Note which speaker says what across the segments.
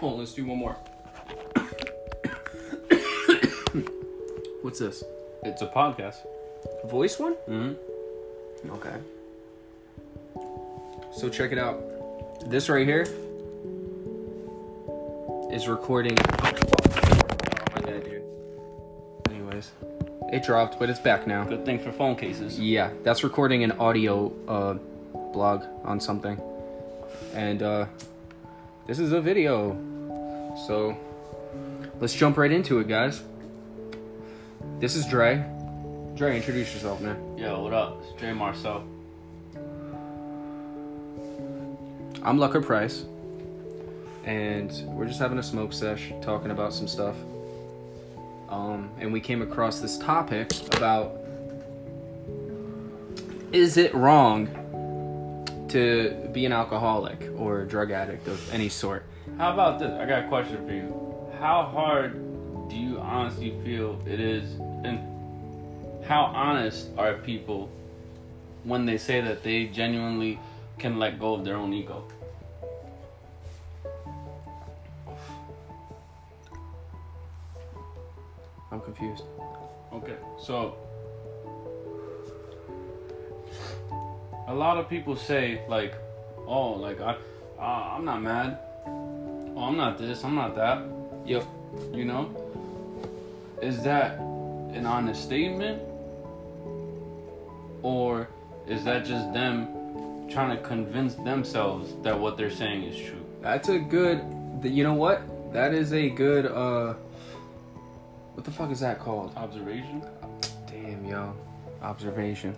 Speaker 1: Hold on, let's do one more. What's this?
Speaker 2: It's a podcast.
Speaker 1: Voice one?
Speaker 2: Mm-hmm.
Speaker 1: Okay. So check it out. This right here is recording. Oh,
Speaker 2: My dad here.
Speaker 1: Anyways, it dropped, but it's back now.
Speaker 2: Good thing for phone cases.
Speaker 1: Yeah, that's recording an audio uh, blog on something. And uh, this is a video. So let's jump right into it, guys. This is Dre. Dre, introduce yourself, man.
Speaker 2: Yo, what up? It's Jay Marcel.
Speaker 1: I'm Lucker Price. And we're just having a smoke sesh talking about some stuff. Um, and we came across this topic about is it wrong to be an alcoholic or a drug addict of any sort?
Speaker 2: How about this? I got a question for you. How hard do you honestly feel it is, and how honest are people when they say that they genuinely can let go of their own ego?
Speaker 1: I'm confused.
Speaker 2: Okay, so a lot of people say like, "Oh, like I, uh, I'm not mad. Oh, I'm not this. I'm not that."
Speaker 1: Yep.
Speaker 2: You know, is that an honest statement, or is that just them trying to convince themselves that what they're saying is true?
Speaker 1: That's a good. th- You know what? That is a good. uh What the fuck is that called?
Speaker 2: Observation.
Speaker 1: Damn, yo. Observation.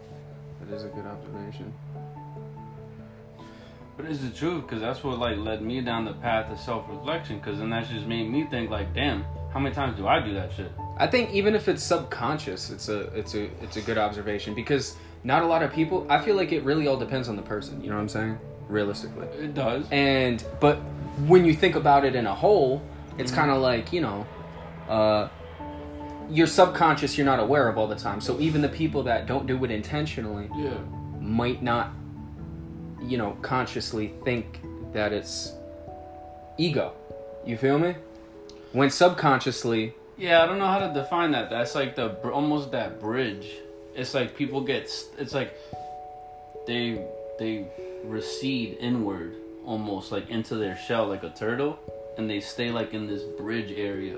Speaker 1: That is a good observation.
Speaker 2: But it's the truth because that's what like led me down the path of self reflection. Because then that's just made me think like, damn, how many times do I do that shit?
Speaker 1: I think even if it's subconscious, it's a it's a it's a good observation because not a lot of people. I feel like it really all depends on the person. You know what I'm saying? Realistically.
Speaker 2: It does.
Speaker 1: and but when you think about it in a whole it's kind of like you know uh your subconscious you're not aware of all the time so even the people that don't do it intentionally
Speaker 2: yeah.
Speaker 1: might not you know consciously think that it's ego you feel me when subconsciously
Speaker 2: Yeah, I don't know how to define that. That's like the br- almost that bridge. It's like people get. St- it's like they they recede inward almost like into their shell like a turtle, and they stay like in this bridge area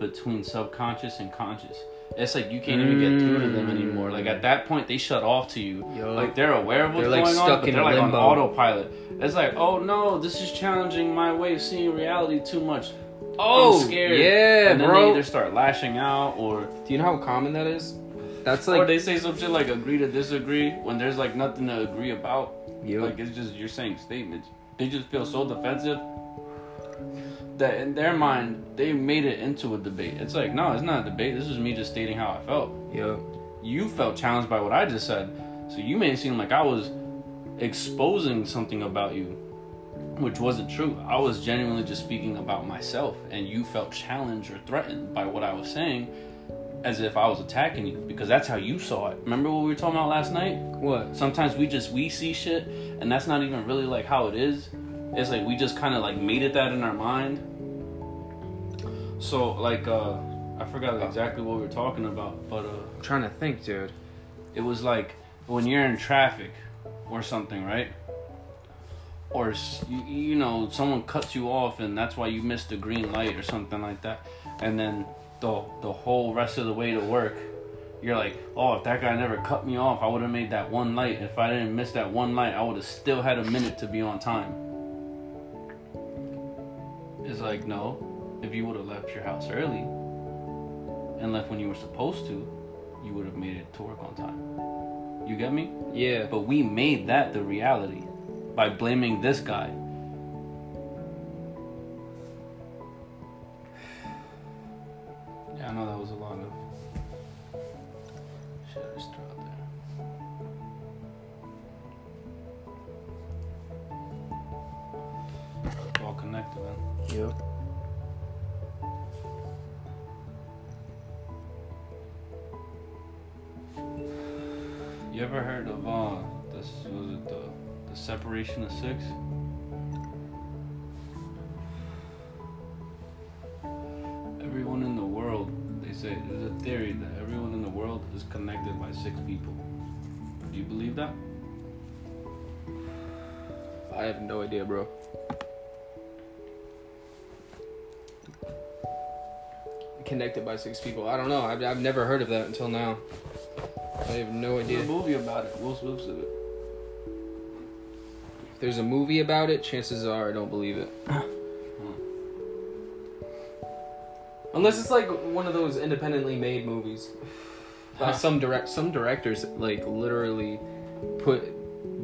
Speaker 2: between subconscious and conscious. It's like you can't even get through to them anymore. Like at that point, they shut off to you.
Speaker 1: Yo.
Speaker 2: Like they're aware of what's
Speaker 1: Mm. They're, like,
Speaker 2: going on,
Speaker 1: stuck
Speaker 2: but
Speaker 1: in
Speaker 2: they're like
Speaker 1: limbo.
Speaker 2: on autopilot. It's like, oh no, this is challenging my way of seeing reality too much.
Speaker 1: Oh,
Speaker 2: I'm scared.
Speaker 1: yeah,
Speaker 2: and then
Speaker 1: bro.
Speaker 2: They either start lashing out or
Speaker 1: do you know how common that is that's
Speaker 2: or
Speaker 1: like
Speaker 2: they say some shit like agree to disagree when there's like nothing to agree about.
Speaker 1: Yo.
Speaker 2: Like it's just you're saying statements. They just feel so defensive that in their mind they made it into a debate. It's like no, it's not a debate. This is me just stating how I felt.
Speaker 1: yo
Speaker 2: You felt challenged by what I just said, so you made it seem like I was exposing something about you, which wasn't true. I was genuinely just speaking about myself, and you felt challenged or threatened by what I was saying. As if I was attacking you because that's how you saw it. Remember what we were talking about last night?
Speaker 1: what
Speaker 2: sometimes we just we see shit and that's not even really like how it is it's like we just kind of like made it that in our mind so like uh i forgot exactly what we were talking about but uh
Speaker 1: i'm trying to think dude
Speaker 2: it was like when you're in traffic or something, right? Or s- you, you know someone cuts you off and that's why you missed the green light or something like that, and then the the whole rest of the way to work, you're like, oh, if that guy never cut me off, I would have made that one light. If I didn't miss that one light, I would have still had a minute to be on time. It's like no, if you would have left your house early and left when you were supposed to, you would have made it to work on time. You get me?
Speaker 1: yeah
Speaker 2: But we made that the reality by blaming this guy. Yeah, I know that was a lot of shit I just threw out there. It's all connected, man.
Speaker 1: Yep.
Speaker 2: You ever heard of uh this was it the the separation of six? that everyone in the world is connected by six people. Do you believe that?
Speaker 1: I have no idea, bro. Connected by six people. I don't know. I've, I've never heard of that until now. I have no
Speaker 2: There's
Speaker 1: idea.
Speaker 2: a movie about it. Will Smith's in it.
Speaker 1: If there's a movie about it, chances are I don't believe it. Unless it's like one of those independently made movies. By
Speaker 2: Huh.
Speaker 1: some direct some directors like literally put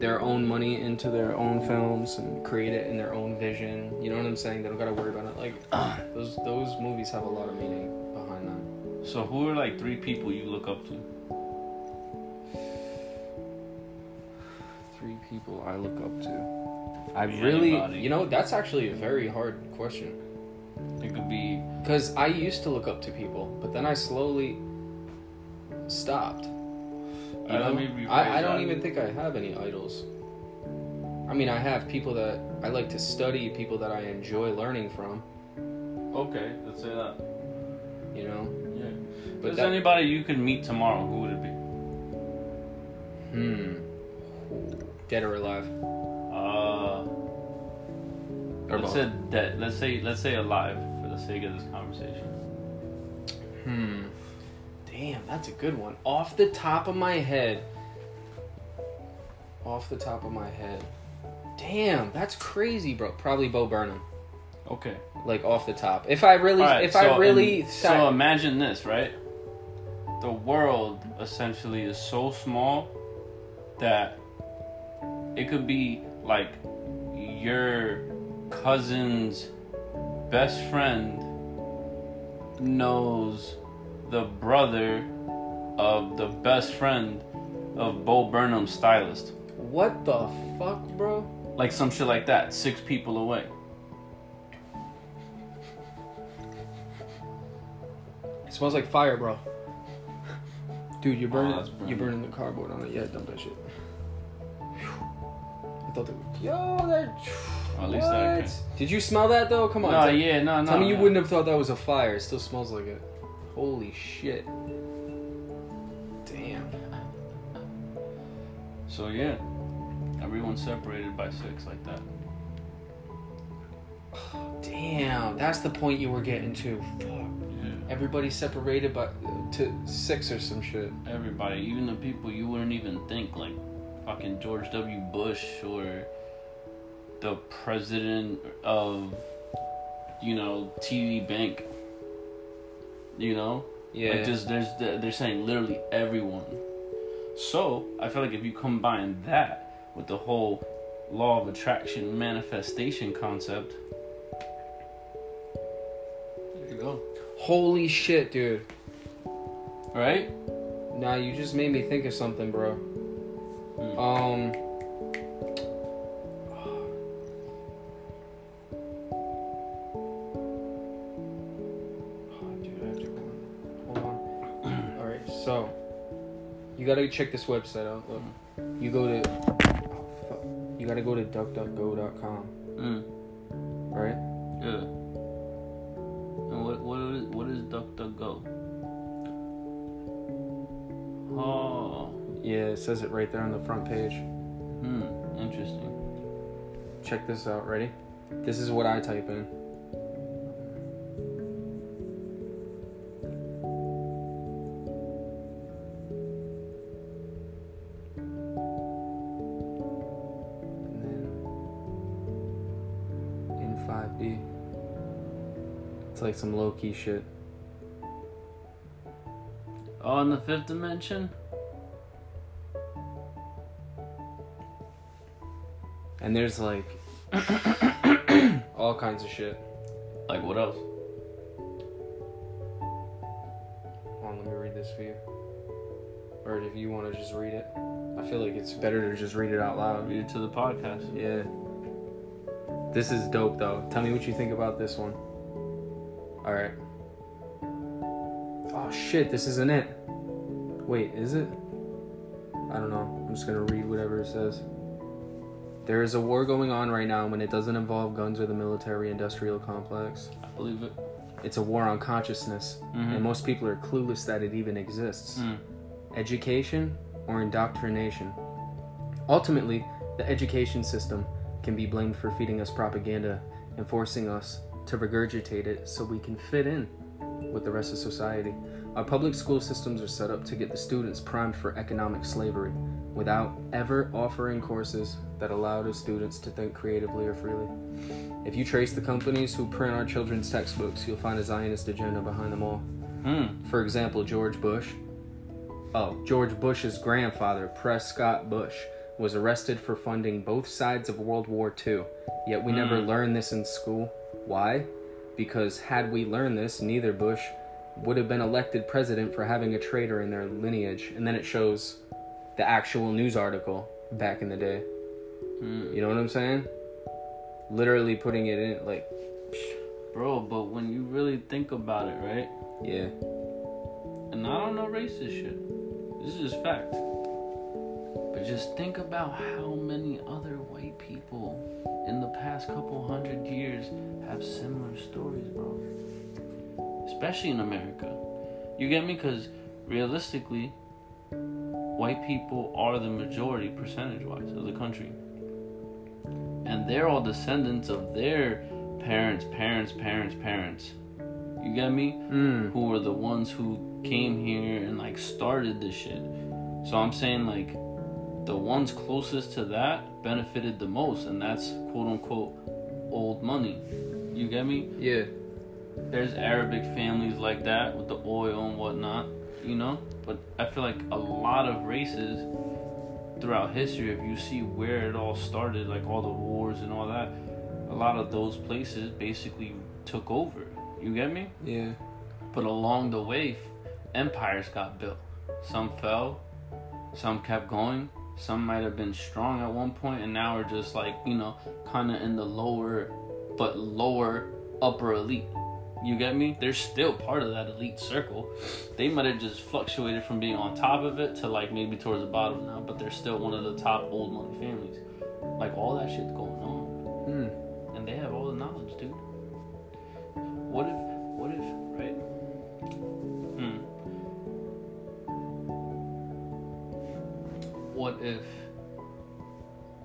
Speaker 1: their own money into their own films and create it in their own vision. You know what I'm saying? They don't gotta worry about it. Like those those movies have a lot of meaning behind them.
Speaker 2: So who are like three people you look up to?
Speaker 1: Three people I look up to. I
Speaker 2: Be
Speaker 1: really
Speaker 2: anybody.
Speaker 1: you know, that's actually a very hard question.
Speaker 2: It could be
Speaker 1: Because I used to look up to people, but then I slowly stopped. You
Speaker 2: Uh, let
Speaker 1: know?
Speaker 2: me rephrase
Speaker 1: I, I
Speaker 2: that.
Speaker 1: don't even think I have any idols. I mean, I have people that I like to study, people that I enjoy learning from,
Speaker 2: okay. Let's say that.
Speaker 1: you know?
Speaker 2: Yeah. If
Speaker 1: But
Speaker 2: there's
Speaker 1: that,
Speaker 2: anybody you could meet tomorrow, who would it be?
Speaker 1: hmm. Dead or alive.
Speaker 2: Uh,
Speaker 1: Or
Speaker 2: let's
Speaker 1: both.
Speaker 2: say that. Let's say let's say alive for the sake of this conversation.
Speaker 1: Hmm. Damn, that's a good one. Off the top of my head. Off the top of my head. Damn, that's crazy, bro. Probably Bo Burnham.
Speaker 2: Okay.
Speaker 1: like off the top. If I really,
Speaker 2: All right,
Speaker 1: if
Speaker 2: so,
Speaker 1: I really,
Speaker 2: im-
Speaker 1: sat-
Speaker 2: so imagine this, right? The world essentially is so small that it could be like your cousin's best friend knows the brother of the best friend of Bo Burnham's stylist.
Speaker 1: what the fuck, bro?
Speaker 2: Like some shit like that, six people away.
Speaker 1: It smells like fire, bro. Dude, you're burning,
Speaker 2: Oh, that's burning.
Speaker 1: you're burning the cardboard on it. Yeah, dump that shit. I thought they were, yo, that.
Speaker 2: At least that
Speaker 1: what? Did you smell that though? Come on.
Speaker 2: No,
Speaker 1: tell,
Speaker 2: yeah, no, no.
Speaker 1: tell me you
Speaker 2: no.
Speaker 1: wouldn't have thought that was a fire. It still smells like it. Holy shit. Damn.
Speaker 2: So yeah, everyone's separated by six like that.
Speaker 1: Damn. That's the point you were getting to. Fuck.
Speaker 2: Yeah.
Speaker 1: Everybody separated by to six or some shit.
Speaker 2: Everybody, even the people you wouldn't even think, like fucking George W. Bush or the president of, you know, TV Bank. You know,
Speaker 1: Yeah.
Speaker 2: like just there's they're saying literally everyone. So I feel like if you combine that with the whole law of attraction manifestation concept. There you go.
Speaker 1: Holy shit, dude.
Speaker 2: Right?
Speaker 1: Nah, you just made me think of something, bro. Um. Oh, dude, I have to go. Hold on. All right, So, you gotta check this website out. Look, you go to, oh, fuck. you gotta go to duckduckgo.com,
Speaker 2: Mm.
Speaker 1: right?
Speaker 2: Yeah. And what what is what is DuckDuckGo? Oh,
Speaker 1: Yeah, it says it right there on the front page.
Speaker 2: hmm, interesting.
Speaker 1: Check this out. Ready? This is what I type in. And then in 5D, it's like some low key shit.
Speaker 2: Oh, in the fifth dimension.
Speaker 1: And there's like all kinds of shit.
Speaker 2: Like what else?
Speaker 1: Hold on, let me read this for you. Or if you want to just read it, I feel like it's better to just read it out loud.
Speaker 2: Read it to the podcast.
Speaker 1: Yeah. This is dope though. Tell me what you think about this one. Alright. Oh shit, this isn't it. Wait, is it? I don't know. I'm just gonna read whatever it says. There is a war going on right now when it doesn't involve guns or the military industrial complex.
Speaker 2: I believe it.
Speaker 1: It's a war on consciousness, and most people are clueless that it even exists.
Speaker 2: Mm.
Speaker 1: Education or indoctrination. Ultimately, the education system can be blamed for feeding us propaganda and forcing us to regurgitate it so we can fit in with the rest of society. Our public school systems are set up to get the students primed for economic slavery without ever offering courses that allow the students to think creatively or freely. If you trace the companies who print our children's textbooks, you'll find a Zionist agenda behind them all.
Speaker 2: Mm.
Speaker 1: For example, George Bush. Oh, George Bush's grandfather, Prescott Bush, was arrested for funding both sides of World War II. Yet we never learned this in school. Why? Because had we learned this, neither Bush would have been elected president for having a traitor in their lineage. And then it shows the actual news article back in the day. You know what I'm saying? Literally putting it in, like,
Speaker 2: Bro, but when you really think about it, right?
Speaker 1: yeah.
Speaker 2: And I don't know racist shit. This is just fact. But just think about how many other white people in the past couple hundred years have similar stories, bro. Especially in America. You get me? Because realistically, white people are the majority, percentage wise, of the country. And they're all descendants of their parents, parents, parents, parents. You get me?
Speaker 1: Mm.
Speaker 2: who were the ones who came here and like started this shit. So I'm saying like the ones closest to that benefited the most, and that's quote unquote old money. You get me?
Speaker 1: Yeah.
Speaker 2: There's Arabic families like that with the oil and whatnot, you know? But I feel like a lot of races throughout history, if you see where it all started, like all the wars and all that, a lot of those places basically took over. You get me?
Speaker 1: Yeah.
Speaker 2: But along the way, empires got built. Some fell, some kept going, some might have been strong at one point, and now are just like, you know, kind of in the lower, but lower upper elite. You get me? They're still part of that elite circle. They might have just fluctuated from being on top of it to like maybe towards the bottom now, but they're still one of the top old money families. Like all that shit's going on
Speaker 1: Mm.
Speaker 2: and they have all the knowledge, dude. What if, what if, right? Hmm. What if?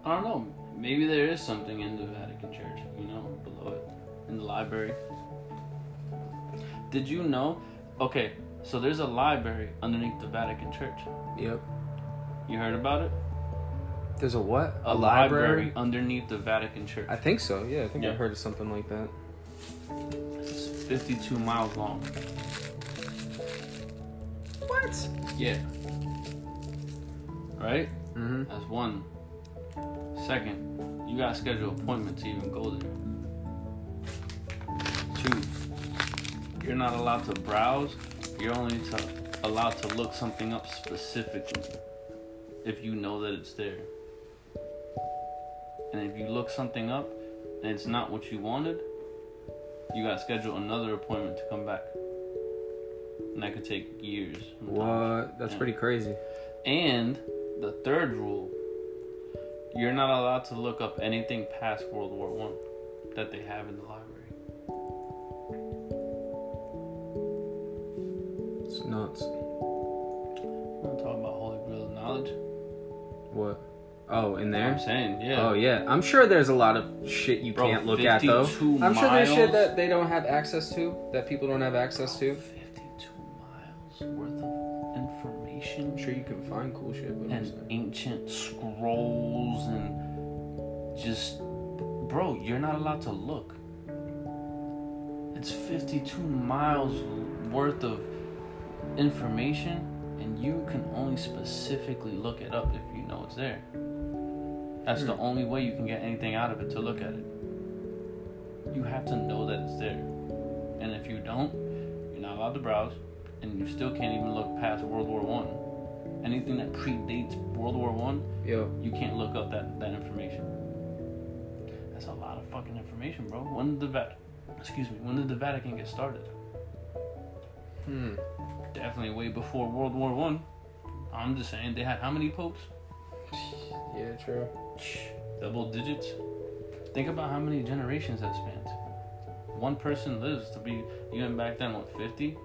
Speaker 2: I don't know. Maybe there is something in the Vatican Church, you know, below it, in the library. Did you know? Okay, so there's a library underneath the Vatican Church.
Speaker 1: Yep.
Speaker 2: You heard about it?
Speaker 1: There's a what?
Speaker 2: underneath the Vatican Church.
Speaker 1: I think so. Yeah, I think I
Speaker 2: Yeah.
Speaker 1: heard of something like that.
Speaker 2: It's 52 miles long.
Speaker 1: What?
Speaker 2: Yeah. Right?
Speaker 1: Mm-hmm.
Speaker 2: That's one. Second, you gotta schedule appointments to even go there. Two, you're not allowed to browse. You're only to, allowed to look something up specifically if you know that it's there. And if you look something up and it's not what you wanted, you gotta schedule another appointment to come back. And that could take years. sometimes.
Speaker 1: What? That's
Speaker 2: Yeah.
Speaker 1: pretty crazy.
Speaker 2: And the third rule, you're not allowed to look up anything past World War One that they have in the library.
Speaker 1: It's nuts.
Speaker 2: I'm not talking about Holy Grail of knowledge.
Speaker 1: What? Oh, in
Speaker 2: You know what I'm
Speaker 1: there?
Speaker 2: saying, yeah.
Speaker 1: Oh yeah. I'm sure there's a lot of shit you
Speaker 2: Bro,
Speaker 1: can't look at though.
Speaker 2: 52
Speaker 1: I'm sure there's shit
Speaker 2: miles.
Speaker 1: that they don't have access to, that people don't have access to.
Speaker 2: 52 miles worth of information
Speaker 1: I'm sure you can find cool shit. But I'm
Speaker 2: and
Speaker 1: saying.
Speaker 2: ancient scrolls and just bro you're not allowed to look it's 52 miles worth of information and you can only specifically look it up if you know it's there that's the only way you can get anything out of it to look at it you have to know that it's there and if you don't you're not allowed to browse and you still can't even look past world war one anything that predates World War One,
Speaker 1: Yo.
Speaker 2: you can't look up that, that information. That's a lot of fucking information, bro. When did the Vat excuse me, when did the Vatican get started?
Speaker 1: Hmm.
Speaker 2: Definitely way before World War One. I'm just saying they had how many popes?
Speaker 1: Yeah. True.
Speaker 2: Double digits. Think about how many generations that spans. One person lives to be even back then what 50?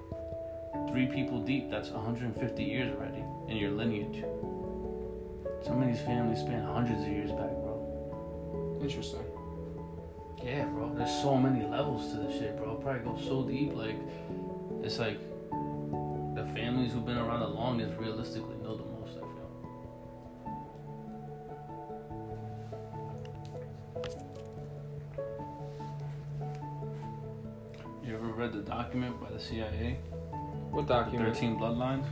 Speaker 2: Three people deep, that's 150 years already in your lineage. Some of these families span hundreds of years back, bro.
Speaker 1: Interesting.
Speaker 2: Yeah, bro. There's so many levels to this shit, bro. It probably goes so deep, like it's like the families who've been around the longest realistically know the most, I feel. You ever read the document by the CIA?
Speaker 1: What
Speaker 2: The
Speaker 1: document?
Speaker 2: 13 Bloodlines?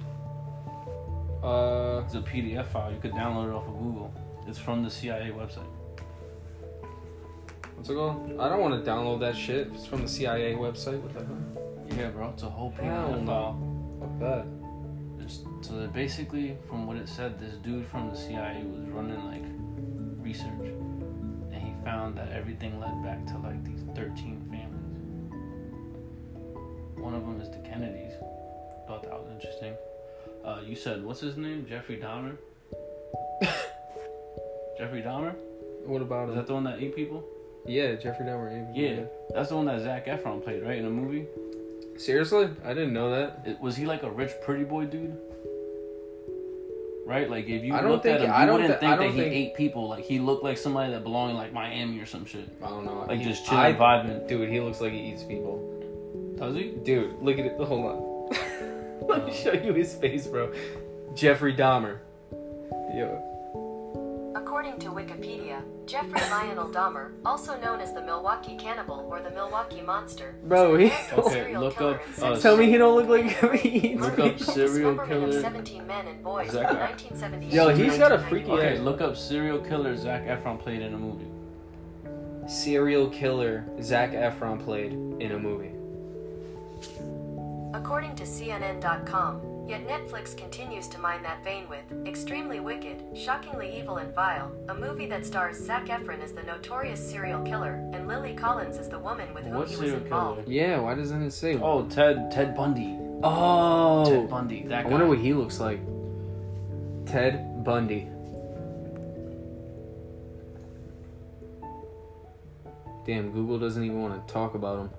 Speaker 1: Uh,
Speaker 2: It's a PDF file. You could download it off of Google. It's from the CIA website.
Speaker 1: what's it called? I don't want to download that shit. It's from the CIA website. What the hell?
Speaker 2: Yeah, bro. It's a whole
Speaker 1: Hell
Speaker 2: PDF
Speaker 1: no.
Speaker 2: file.
Speaker 1: Fuck that.
Speaker 2: It's- So that basically, from what it said, this dude from the CIA was running like research, and he found that everything led back to like these thirteen families. One of them is the Kennedys. Thought that was interesting. Uh, you said what's his name? Jeffrey Dahmer. Jeffrey Dahmer?
Speaker 1: What about
Speaker 2: Is
Speaker 1: it?
Speaker 2: that the one that ate people?
Speaker 1: Yeah, Jeffrey Dahmer.
Speaker 2: Yeah, that's the one that Zach Efron played, right, in the movie.
Speaker 1: Seriously? I didn't know that.
Speaker 2: It, was he like a rich pretty boy dude? Right, like if you
Speaker 1: I don't
Speaker 2: looked
Speaker 1: think-
Speaker 2: at him,
Speaker 1: I
Speaker 2: you
Speaker 1: don't
Speaker 2: wouldn't
Speaker 1: thi- I
Speaker 2: think that
Speaker 1: don't
Speaker 2: he
Speaker 1: think-
Speaker 2: ate people. Like he looked like somebody that belonged in, like Miami or some shit.
Speaker 1: I don't know.
Speaker 2: Like
Speaker 1: He-
Speaker 2: just chilling,
Speaker 1: I-
Speaker 2: vibing.
Speaker 1: Dude, he looks like he eats people.
Speaker 2: Does he?
Speaker 1: Dude, look at it. Hold on. Let me show you his face, bro. Jeffrey Dahmer. Yo.
Speaker 3: According to Wikipedia, Jeffrey Lionel Dahmer, also known as the Milwaukee Cannibal or the Milwaukee Monster,
Speaker 1: Bro, he.
Speaker 2: Okay,
Speaker 3: serial
Speaker 2: look
Speaker 3: killer
Speaker 2: up,
Speaker 3: and
Speaker 2: uh,
Speaker 3: sex
Speaker 1: Tell me he don't look like he eats
Speaker 2: Look
Speaker 1: people.
Speaker 2: up serial
Speaker 3: dismemberment
Speaker 2: killer.
Speaker 3: of 17 men and boys
Speaker 2: Zach
Speaker 3: from
Speaker 2: Efron.
Speaker 3: 1978
Speaker 1: Yo,
Speaker 3: to
Speaker 1: he's got a freaky
Speaker 3: 1991.
Speaker 2: Okay,
Speaker 1: Yeah.
Speaker 2: look up serial killer Zach Efron played in a movie.
Speaker 1: serial killer Zach Efron played in a movie.
Speaker 3: According to CNN.com, yet Netflix continues to mine that vein with Extremely Wicked, Shockingly Evil and Vile, a movie that stars Zac Efron as the notorious serial killer and Lily Collins as the woman with whom
Speaker 2: What
Speaker 3: he was
Speaker 2: serial
Speaker 3: involved.
Speaker 2: killer?
Speaker 1: Yeah, why doesn't it say?
Speaker 2: Oh, Ted Ted Bundy. Ted
Speaker 1: Oh.
Speaker 2: Bundy. That
Speaker 1: I
Speaker 2: guy.
Speaker 1: wonder what he looks like. Ted Bundy. Damn, Google doesn't even want to talk about him.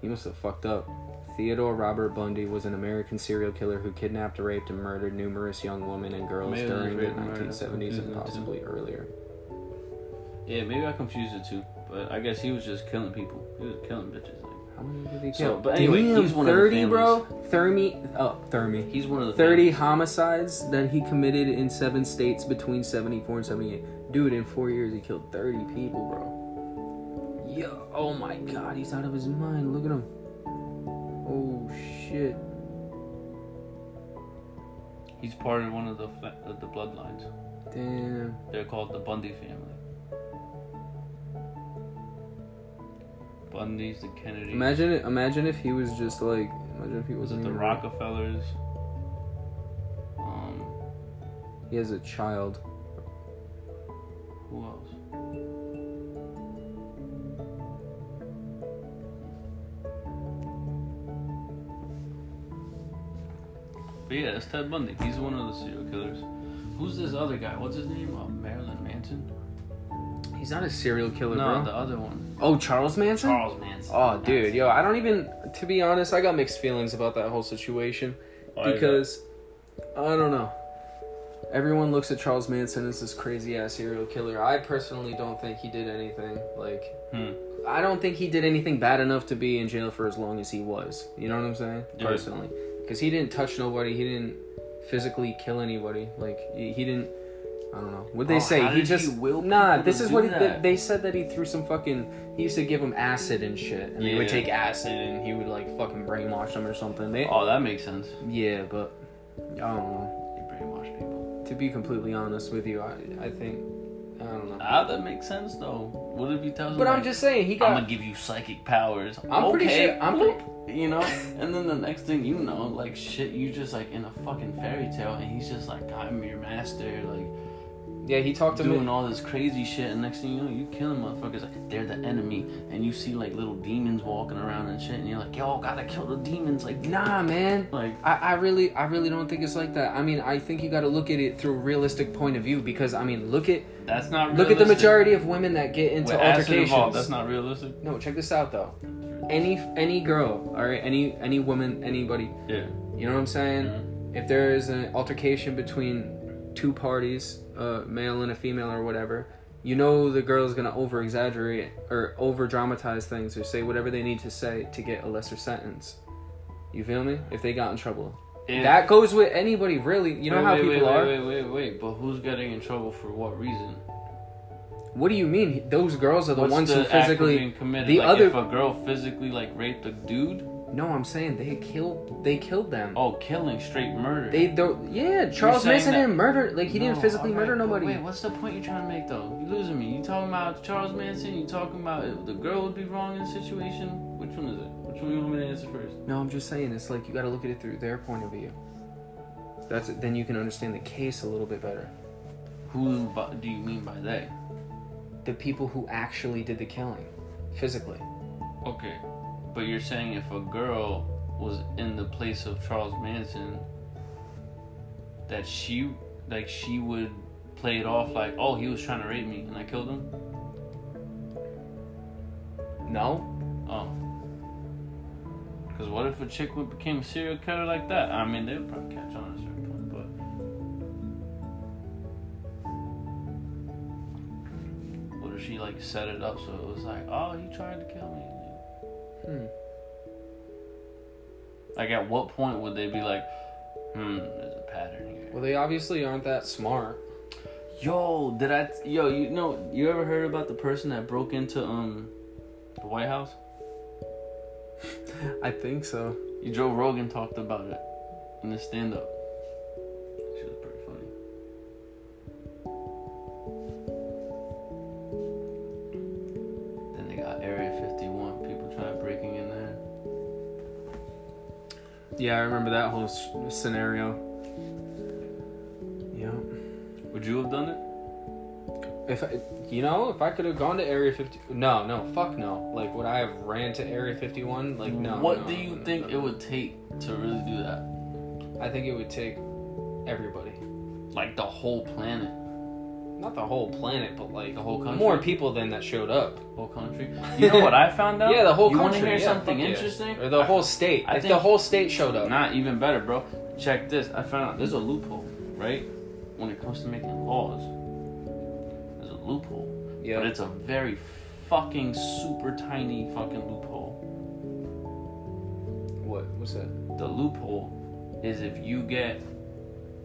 Speaker 1: He must have fucked up. Theodore Robert Bundy was an American serial killer who kidnapped, raped, and murdered numerous young women and girls
Speaker 2: Maybe it was
Speaker 1: during the
Speaker 2: rape and murder.
Speaker 1: 1970s and
Speaker 2: Confusing, too.
Speaker 1: possibly earlier.
Speaker 2: Yeah, maybe I confused the two, but I guess he was just killing people. He was killing bitches. Like.
Speaker 1: How many did he
Speaker 2: So,
Speaker 1: kill?
Speaker 2: but anyway,
Speaker 1: Damn,
Speaker 2: he's one of the
Speaker 1: 30, bro. 30, oh, 30.
Speaker 2: He's one of the
Speaker 1: 30
Speaker 2: families.
Speaker 1: homicides that he committed in seven states between 74 and 78. Dude, in four years, he killed 30 people, bro. Yo, oh my god, he's out of his mind. Look at him. Oh shit.
Speaker 2: He's part of one of the fa- of the bloodlines.
Speaker 1: Damn.
Speaker 2: They're called the Bundy family. Bundy's, the Kennedy.
Speaker 1: Imagine it. Imagine if he was just like. Imagine if he
Speaker 2: was
Speaker 1: wasn't
Speaker 2: it the
Speaker 1: even-
Speaker 2: Rockefellers? Um,
Speaker 1: He has a child.
Speaker 2: who else? But yeah, it's Ted Bundy. He's one of the serial killers. Who's this other guy? What's his name? Uh, Marilyn Manson?
Speaker 1: He's not a serial killer,
Speaker 2: No,
Speaker 1: bro.
Speaker 2: the other one.
Speaker 1: Oh, Charles Manson.
Speaker 2: Charles Manson.
Speaker 1: Oh, dude, yo, I don't even. To be honest, I got mixed feelings about that whole situation
Speaker 2: Why is
Speaker 1: because I don't know. Everyone looks at Charles Manson as this crazy ass serial killer. I personally don't think he did anything. Like,
Speaker 2: Hmm.
Speaker 1: I don't think he did anything bad enough to be in jail for as long as he was. You know what I'm saying?
Speaker 2: Yeah.
Speaker 1: Personally, because he didn't touch nobody. He didn't physically kill anybody. Like, he, he didn't. I don't know. What they
Speaker 2: Oh,
Speaker 1: say?
Speaker 2: how
Speaker 1: He
Speaker 2: did
Speaker 1: just
Speaker 2: he will
Speaker 1: nah.
Speaker 2: people
Speaker 1: This
Speaker 2: to
Speaker 1: is
Speaker 2: do
Speaker 1: what he,
Speaker 2: that?
Speaker 1: they said that he threw some fucking. He used to give them acid and shit, and they would
Speaker 2: Yeah.
Speaker 1: take acid, and he would like fucking brainwash them or something. They
Speaker 2: Oh, that makes sense.
Speaker 1: yeah, but I don't know.
Speaker 2: You brainwash people.
Speaker 1: To be completely honest with you, I I think I don't know.
Speaker 2: Ah, that makes sense though. What if he tells?
Speaker 1: But
Speaker 2: him,
Speaker 1: I'm
Speaker 2: like,
Speaker 1: just saying he
Speaker 2: I'm gonna
Speaker 1: got.
Speaker 2: give you psychic powers.
Speaker 1: I'm pretty sure- I'm pretty-
Speaker 2: boop, You know, and then the next thing you know, like shit, you just like in a fucking fairy tale, and he's just like, I'm your master, like
Speaker 1: Yeah, he talked to
Speaker 2: doing
Speaker 1: me.
Speaker 2: all this crazy shit, and next thing you know, you killing motherfuckers. Like they're the enemy, and you see like little demons walking around and shit, and you're like, yo, gotta kill the demons, like
Speaker 1: Nah, man.
Speaker 2: like
Speaker 1: I, I really I really don't think it's like that. I mean, I think you got to look at it through a realistic point of view because I mean, look at
Speaker 2: that's not.
Speaker 1: look at the
Speaker 2: realistic.
Speaker 1: majority of women that get into
Speaker 2: With acid involved,
Speaker 1: altercations.
Speaker 2: That's not realistic.
Speaker 1: No, check this out though. any any girl, all right, any any woman, anybody.
Speaker 2: Yeah.
Speaker 1: You know what I'm saying?
Speaker 2: Mm-hmm.
Speaker 1: If there is an altercation between two parties, uh, male and a female or whatever, you know the girl is gonna over exaggerate or over dramatize things or say whatever they need to say to get a lesser sentence. You feel me? If they got in trouble.
Speaker 2: If-
Speaker 1: That goes with anybody, really. You know
Speaker 2: Wait,
Speaker 1: how
Speaker 2: wait,
Speaker 1: people
Speaker 2: wait,
Speaker 1: are.
Speaker 2: Wait, wait, wait, wait. But who's getting in trouble for what reason?
Speaker 1: What do you mean? Those girls are the
Speaker 2: What's
Speaker 1: ones who
Speaker 2: the act of
Speaker 1: physically
Speaker 2: being committed?
Speaker 1: the
Speaker 2: like
Speaker 1: other-
Speaker 2: if a girl physically like raped a dude.
Speaker 1: No, I'm saying they killed. They killed them.
Speaker 2: Oh, killing, straight murder.
Speaker 1: They don't. Yeah, Charles
Speaker 2: saying
Speaker 1: Manson
Speaker 2: that-
Speaker 1: didn't murder. Like he didn't
Speaker 2: No,
Speaker 1: physically
Speaker 2: alright,
Speaker 1: murder
Speaker 2: but
Speaker 1: nobody.
Speaker 2: Wait, what's the point you're trying to make though? You losing me. You talking about Charles Manson? You talking about the girl would be wrong in the situation? Which one is it? Which one you want me to answer first?
Speaker 1: No, I'm just saying it's like you got to look at it through their point of view. That's then you can understand the case a little bit better.
Speaker 2: Who bu- do you mean by they?
Speaker 1: The people who actually did the killing, physically.
Speaker 2: Okay, but you're saying if a girl was in the place of Charles Manson, that she like she would play it off like, oh, he was trying to rape me and I killed him.
Speaker 1: No,
Speaker 2: Oh, because what if a chick would became a serial killer like that? I mean, they would probably catch on at a certain point, but what if she like set it up so it was like, oh, he tried to kill me.
Speaker 1: hmm.
Speaker 2: Like, at what point would they be like, hmm, there's a pattern here?
Speaker 1: well they obviously aren't that smart.
Speaker 2: Yo, did I? T- yo, you know, you ever heard about the person that broke into um the White House?
Speaker 1: I think so.
Speaker 2: You Joe Rogan talked about it in the stand up. She was pretty funny. Then they got Area 51 people trying breaking in there.
Speaker 1: Yeah, I remember that whole s- scenario. Yeah.
Speaker 2: Would you have done it?
Speaker 1: If I, you know, if I could have gone to Area 50, no, no, fuck no. Like, would I have ran to Area 51? Like, no.
Speaker 2: what
Speaker 1: no,
Speaker 2: do you
Speaker 1: no,
Speaker 2: think
Speaker 1: no,
Speaker 2: it
Speaker 1: no.
Speaker 2: would take to really do that?
Speaker 1: I think it would take everybody,
Speaker 2: Like the whole planet,
Speaker 1: not the whole planet, but like
Speaker 2: the whole country.
Speaker 1: more people than that showed up.
Speaker 2: whole country. You know what I found out?
Speaker 1: yeah, the whole
Speaker 2: you
Speaker 1: country.
Speaker 2: You want to hear
Speaker 1: yeah,
Speaker 2: something
Speaker 1: fuck yeah.
Speaker 2: interesting?
Speaker 1: Or the whole state.
Speaker 2: I
Speaker 1: if the
Speaker 2: think-
Speaker 1: whole state showed up.
Speaker 2: Not even better, bro. Check this. I found out there's a loophole, right? When it comes to making laws, there's a loophole.
Speaker 1: Yeah.
Speaker 2: But it's a very fucking super tiny fucking loophole.
Speaker 1: what? What's that?
Speaker 2: The loophole is if you get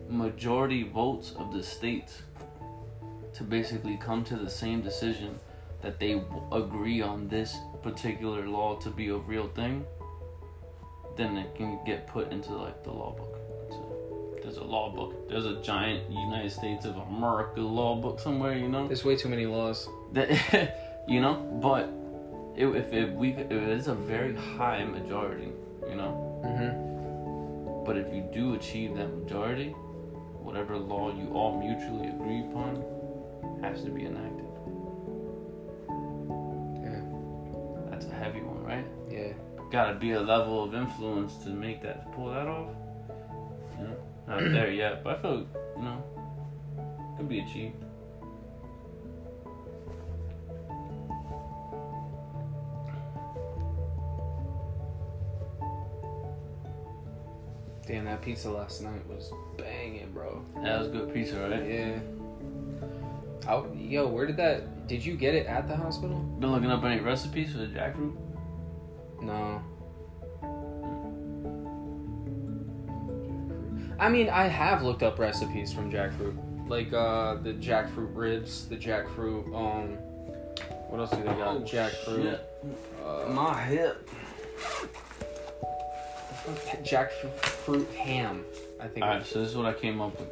Speaker 2: majority votes of the states to basically come to the same decision that they w- agree on this particular law to be a real thing, then it can get put into like the law book. So, there's a law book. There's a giant United States of America law book somewhere, you know.
Speaker 1: There's way too many laws.
Speaker 2: That, you know, but it, if if we if it's a very high majority, you know.
Speaker 1: Mm-hmm.
Speaker 2: But if you do achieve that majority, whatever law you all mutually agree upon has to be enacted.
Speaker 1: Yeah.
Speaker 2: That's a heavy one, right?
Speaker 1: Yeah.
Speaker 2: Gotta be a level of influence to make that to pull that off. You know, not there yet, but I feel you know could be achieved.
Speaker 1: Damn, that pizza last night was banging, bro.
Speaker 2: That was good pizza, right?
Speaker 1: Yeah. I, yo, where did that? Did you get it at the hospital?
Speaker 2: Been looking up any recipes for the jackfruit?
Speaker 1: No. I mean, I have looked up recipes from jackfruit, like uh, the jackfruit ribs, the jackfruit. Um, what else do they got? jackfruit. Uh,
Speaker 2: Oh, My hip.
Speaker 1: jackfruit ham. I think.
Speaker 2: Alright, so this is what I came up with.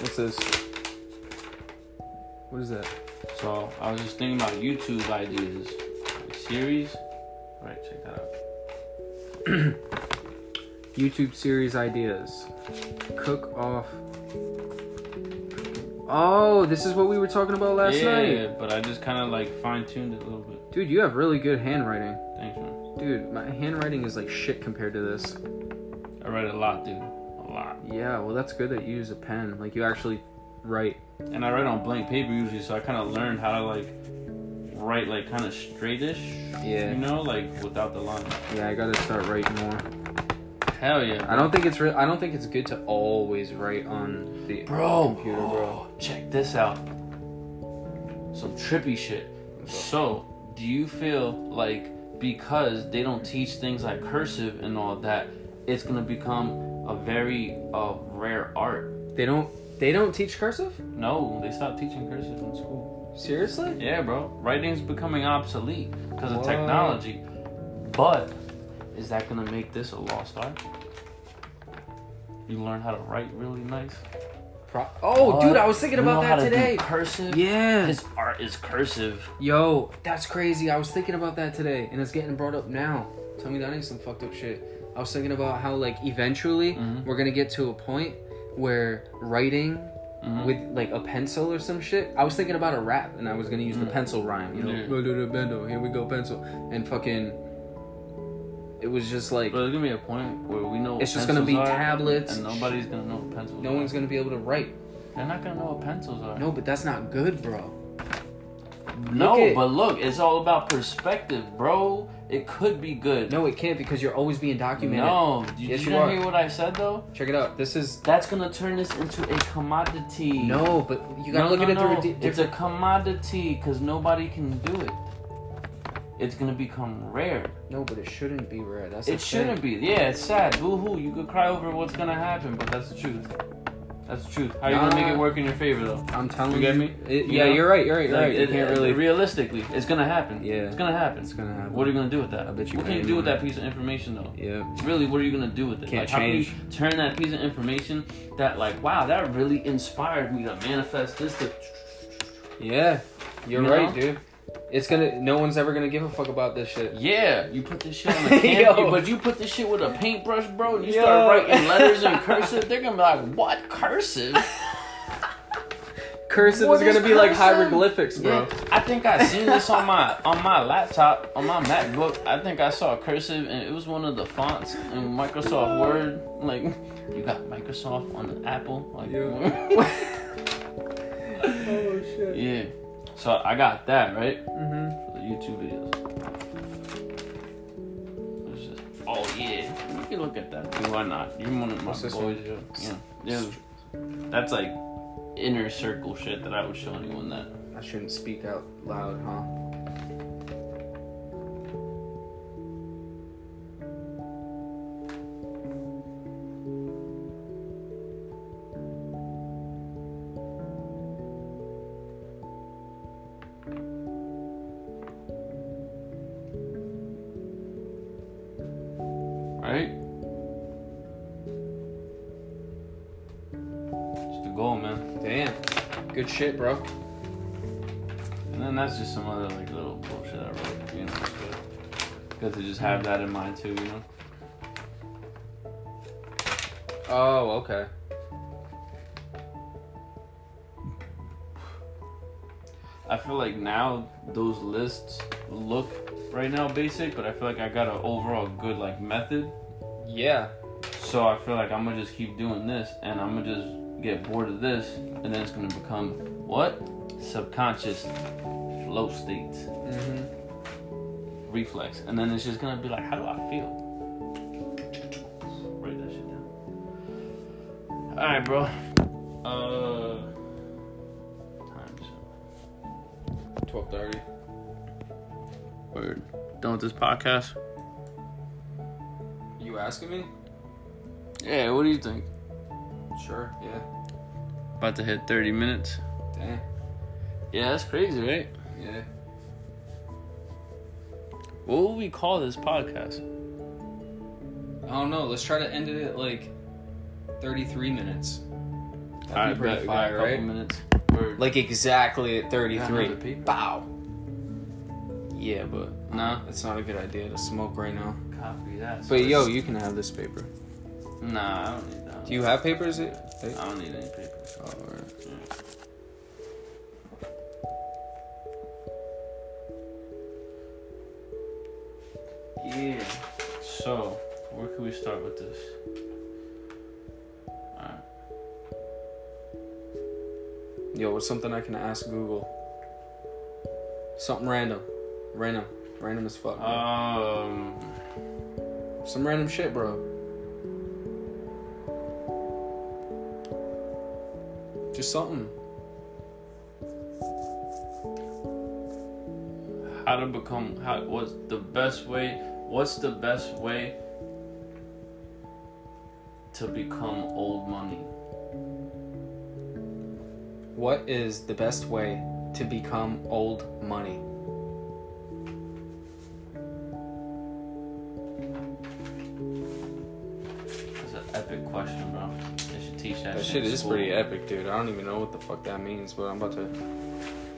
Speaker 1: What's this? What is that?
Speaker 2: So I was just thinking about YouTube ideas, like series. Right, check that out.
Speaker 1: YouTube series ideas. Cook off. Oh, this is what we were talking about last
Speaker 2: yeah,
Speaker 1: night.
Speaker 2: but I just kind of like fine tuned it a little bit.
Speaker 1: Dude, you have really good handwriting.
Speaker 2: Thanks, man.
Speaker 1: Dude, my handwriting is like shit compared to this.
Speaker 2: I read a lot, dude. A lot.
Speaker 1: Yeah, well, that's good that you use a pen. Like, you actually write.
Speaker 2: And I write on blank paper usually, so I kind of learned how to like right, like kind of straightish.
Speaker 1: Yeah.
Speaker 2: You know, like without the line.
Speaker 1: Yeah, I gotta start writing more.
Speaker 2: Hell yeah.
Speaker 1: I don't think it's re- I don't think it's good to always write on the
Speaker 2: Bro, oh,
Speaker 1: computer, bro.
Speaker 2: check this out. Some trippy shit. So, do you feel like because they don't teach things like cursive and all that, it's gonna become a very uh, rare art?
Speaker 1: They don't they don't teach cursive?
Speaker 2: No, they stopped teaching cursive in school.
Speaker 1: Seriously?
Speaker 2: Yeah, bro, writing's becoming obsolete because of
Speaker 1: Whoa.
Speaker 2: technology. But is that gonna make this a lost art? You learn how to write really nice.
Speaker 1: Pro- oh, dude, I was thinking
Speaker 2: You know
Speaker 1: about
Speaker 2: how
Speaker 1: that
Speaker 2: to do
Speaker 1: today.
Speaker 2: cursive.
Speaker 1: Yeah.
Speaker 2: His art is cursive.
Speaker 1: Yo, that's crazy. I was thinking about that today, and it's getting brought up now. Tell me that ain't some fucked up shit. I was thinking about how, like, eventually
Speaker 2: Mm-hmm.
Speaker 1: we're gonna get to a point where writing
Speaker 2: Mm-hmm.
Speaker 1: with, like, a pencil or some shit. I was thinking about a rap, and I was gonna use the pencil rhyme, you know?
Speaker 2: Mm-hmm. Yeah.
Speaker 1: Bendo, here we go, pencil. And fucking. It was just like.
Speaker 2: But there's gonna be a point where we know. what
Speaker 1: It's just gonna be
Speaker 2: pencils are,
Speaker 1: tablets.
Speaker 2: and nobody's gonna know what pencils.
Speaker 1: No
Speaker 2: are.
Speaker 1: one's gonna be able to write.
Speaker 2: They're not gonna know what pencils are.
Speaker 1: No, but that's not good, bro.
Speaker 2: no,
Speaker 1: look at-
Speaker 2: but look, it's all about perspective, bro. It could be good.
Speaker 1: No, it can't because you're always being documented.
Speaker 2: no. Did
Speaker 1: Yes,
Speaker 2: you,
Speaker 1: you
Speaker 2: not
Speaker 1: are.
Speaker 2: hear what I said though?
Speaker 1: Check it out. This is.
Speaker 2: That's gonna turn this into a commodity.
Speaker 1: No, but you gotta
Speaker 2: no,
Speaker 1: look
Speaker 2: no,
Speaker 1: at it
Speaker 2: no.
Speaker 1: through a di-
Speaker 2: It's a commodity because nobody can do it. It's gonna become rare.
Speaker 1: No, but it shouldn't be rare. That's
Speaker 2: It shouldn't be. Yeah, it's sad. Boo hoo. You could cry over what's gonna happen, but that's the truth. That's the truth. How you gonna make
Speaker 1: Nah.
Speaker 2: it work in your favor though?
Speaker 1: I'm telling
Speaker 2: You
Speaker 1: you.
Speaker 2: get me?
Speaker 1: It-
Speaker 2: You
Speaker 1: yeah,
Speaker 2: know?
Speaker 1: you're right. You're right. You're
Speaker 2: Like,
Speaker 1: right. You
Speaker 2: it-
Speaker 1: can't
Speaker 2: it-
Speaker 1: really.
Speaker 2: Realistically, it's gonna happen.
Speaker 1: Yeah.
Speaker 2: It's gonna happen.
Speaker 1: It's gonna happen.
Speaker 2: What are you gonna do with that?
Speaker 1: I bet you
Speaker 2: What can you
Speaker 1: can't,
Speaker 2: do with
Speaker 1: man.
Speaker 2: that piece of information though?
Speaker 1: Yeah.
Speaker 2: Really, what are you gonna do with it?
Speaker 1: Can't
Speaker 2: like, how can you
Speaker 1: change.
Speaker 2: turn that piece of information that like, wow, that really inspired me to manifest this to
Speaker 1: Yeah. You're
Speaker 2: You know?
Speaker 1: right, dude. It's gonna. No one's ever gonna give a fuck about this shit.
Speaker 2: Yeah, you put this shit on the canvas,
Speaker 1: Yo.
Speaker 2: but you put this shit with a paintbrush, bro, and you
Speaker 1: Yo.
Speaker 2: start writing letters in cursive, they're gonna be like, what cursive?
Speaker 1: Cursive
Speaker 2: What
Speaker 1: is gonna
Speaker 2: is
Speaker 1: be like
Speaker 2: cursive?
Speaker 1: hieroglyphics, bro.
Speaker 2: Yeah, I think I seen this on my on my laptop on my MacBook. I think I saw cursive, and it was one of the fonts in Microsoft Word. Like, you got Microsoft on the Apple. Like,
Speaker 1: Yeah. oh shit.
Speaker 2: yeah. So I got that right
Speaker 1: hmm
Speaker 2: for the YouTube videos. It was just- oh yeah, you can look at that too. Why not? You're one of my
Speaker 1: What's
Speaker 2: boys.
Speaker 1: this
Speaker 2: yo. Yeah, yeah. That's like inner circle shit that I would show anyone that.
Speaker 1: I shouldn't speak out loud, huh?
Speaker 2: Right? It's the goal, man.
Speaker 1: Damn. Good shit, bro.
Speaker 2: And then that's just some other like little bullshit I wrote, you know. it's good. Good to just have that in mind too, you know.
Speaker 1: Oh, okay.
Speaker 2: I feel like now those lists look right now basic, but I feel like I got an overall good like method.
Speaker 1: Yeah.
Speaker 2: So I feel like I'm gonna just keep doing this, and I'm gonna just get bored of this, and then it's gonna become what subconscious flow state.
Speaker 1: hmm
Speaker 2: reflex, and then it's just gonna be like, how do I feel? Write that shit down. All right, bro. Uh, times.
Speaker 1: Twelve thirty.
Speaker 2: Word. Done with this podcast?
Speaker 1: You asking me?
Speaker 2: Yeah. What do you think?
Speaker 1: Sure. Yeah.
Speaker 2: About to hit 30 minutes.
Speaker 1: Damn.
Speaker 2: Yeah, that's crazy, right?
Speaker 1: Yeah.
Speaker 2: What would we call this podcast?
Speaker 1: I don't know. Let's try to end it at like 33 minutes. That'd
Speaker 2: I
Speaker 1: be pretty
Speaker 2: bet we got
Speaker 1: fire,
Speaker 2: a couple
Speaker 1: right?
Speaker 2: minutes. Word.
Speaker 1: Like exactly at
Speaker 2: Another people.
Speaker 1: Bow. Yeah, but
Speaker 2: Nah.
Speaker 1: that's not a good idea to smoke right now.
Speaker 2: Copy that.
Speaker 1: But yo, you can have this paper.
Speaker 2: Nah, I don't need that.
Speaker 1: Do you have papers? It.
Speaker 2: I don't need any paper. Yeah. So, where can we start with this? Alright.
Speaker 1: Yo, what's something I can ask Google? Something random. Random. Random as fuck. bro.
Speaker 2: Um,
Speaker 1: Some random shit, bro. Just something.
Speaker 2: how to become how what's the best way what's the best way to become old money
Speaker 1: What is the best way to become old money?
Speaker 2: that's an epic question bro they should teach that,
Speaker 1: That
Speaker 2: shit
Speaker 1: shit
Speaker 2: in
Speaker 1: is
Speaker 2: school.
Speaker 1: pretty epic, dude. I don't even know what the fuck that means, but I'm about to.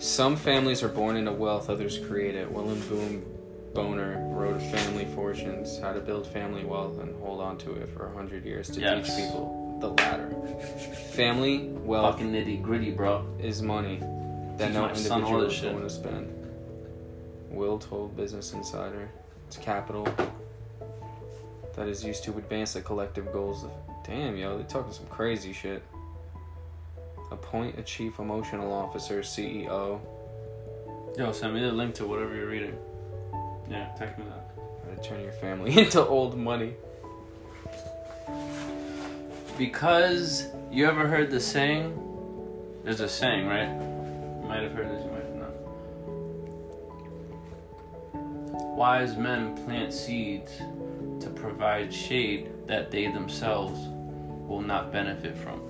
Speaker 1: Some families are born into wealth, others create it. Willem Boom Boner wrote Family Fortunes How to Build Family Wealth and Hold On to It for 100 Years to
Speaker 2: Yes.
Speaker 1: teach people the latter. Family wealth
Speaker 2: fucking nitty gritty bro
Speaker 1: is money that
Speaker 2: Teach
Speaker 1: no
Speaker 2: my son all
Speaker 1: individual
Speaker 2: this
Speaker 1: is
Speaker 2: shit.
Speaker 1: going to spend. Will told Business Insider, it's capital that is used to advance the collective goals of. Damn, yo, they're talking some crazy shit. Appoint a chief emotional officer, E CEO,
Speaker 2: yo send me the link to whatever you're reading yeah text me that
Speaker 1: to turn your family into old money.
Speaker 2: because you ever heard the saying there's a saying right you might have heard this you might have not wise men plant seeds to provide shade that they themselves will not benefit from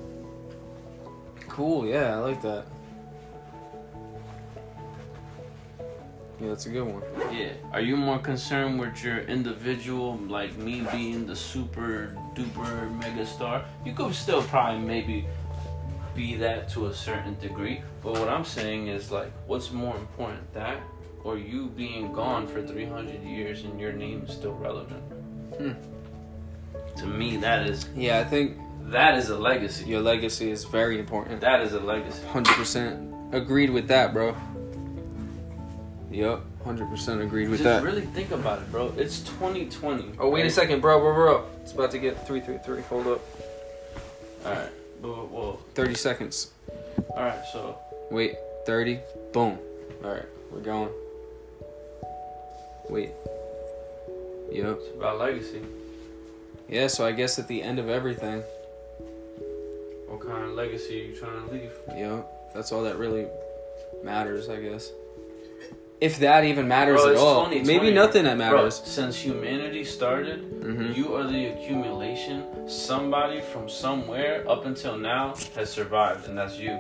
Speaker 1: Cool, yeah, I like that. Yeah, that's a good one.
Speaker 2: yeah are you more concerned with your individual like me being the super duper mega star you could still probably maybe be that to a certain degree. But what I'm saying is like, what's more important, that or you being gone for 300 years and your name is still relevant?
Speaker 1: Hmm.
Speaker 2: To me, that is
Speaker 1: Yeah, I think
Speaker 2: that is a legacy.
Speaker 1: your legacy is very important.
Speaker 2: That is a legacy.
Speaker 1: Hundred percent agreed with that, bro. Yup, hundred percent agreed with
Speaker 2: Just
Speaker 1: that.
Speaker 2: really think about it, bro. It's 2020.
Speaker 1: oh wait a
Speaker 2: right?
Speaker 1: second, bro, bro, bro. It's about to get three, three, three. Hold up.
Speaker 2: All right. Well, well,
Speaker 1: Thirty seconds.
Speaker 2: all right. So
Speaker 1: Wait, thirty. Boom. All right, we're going. Wait. Yup.
Speaker 2: it's about legacy.
Speaker 1: Yeah. So I guess at the end of everything,
Speaker 2: What kind of legacy are you trying to leave?
Speaker 1: yup. That's all that really matters, I guess. If that even matters
Speaker 2: Bro,
Speaker 1: at
Speaker 2: it's
Speaker 1: all,
Speaker 2: 2020.
Speaker 1: maybe nothing that
Speaker 2: Bro,
Speaker 1: matters.
Speaker 2: since humanity started,
Speaker 1: Mhm.
Speaker 2: you are the accumulation. Somebody from somewhere up until now has survived, and that's you.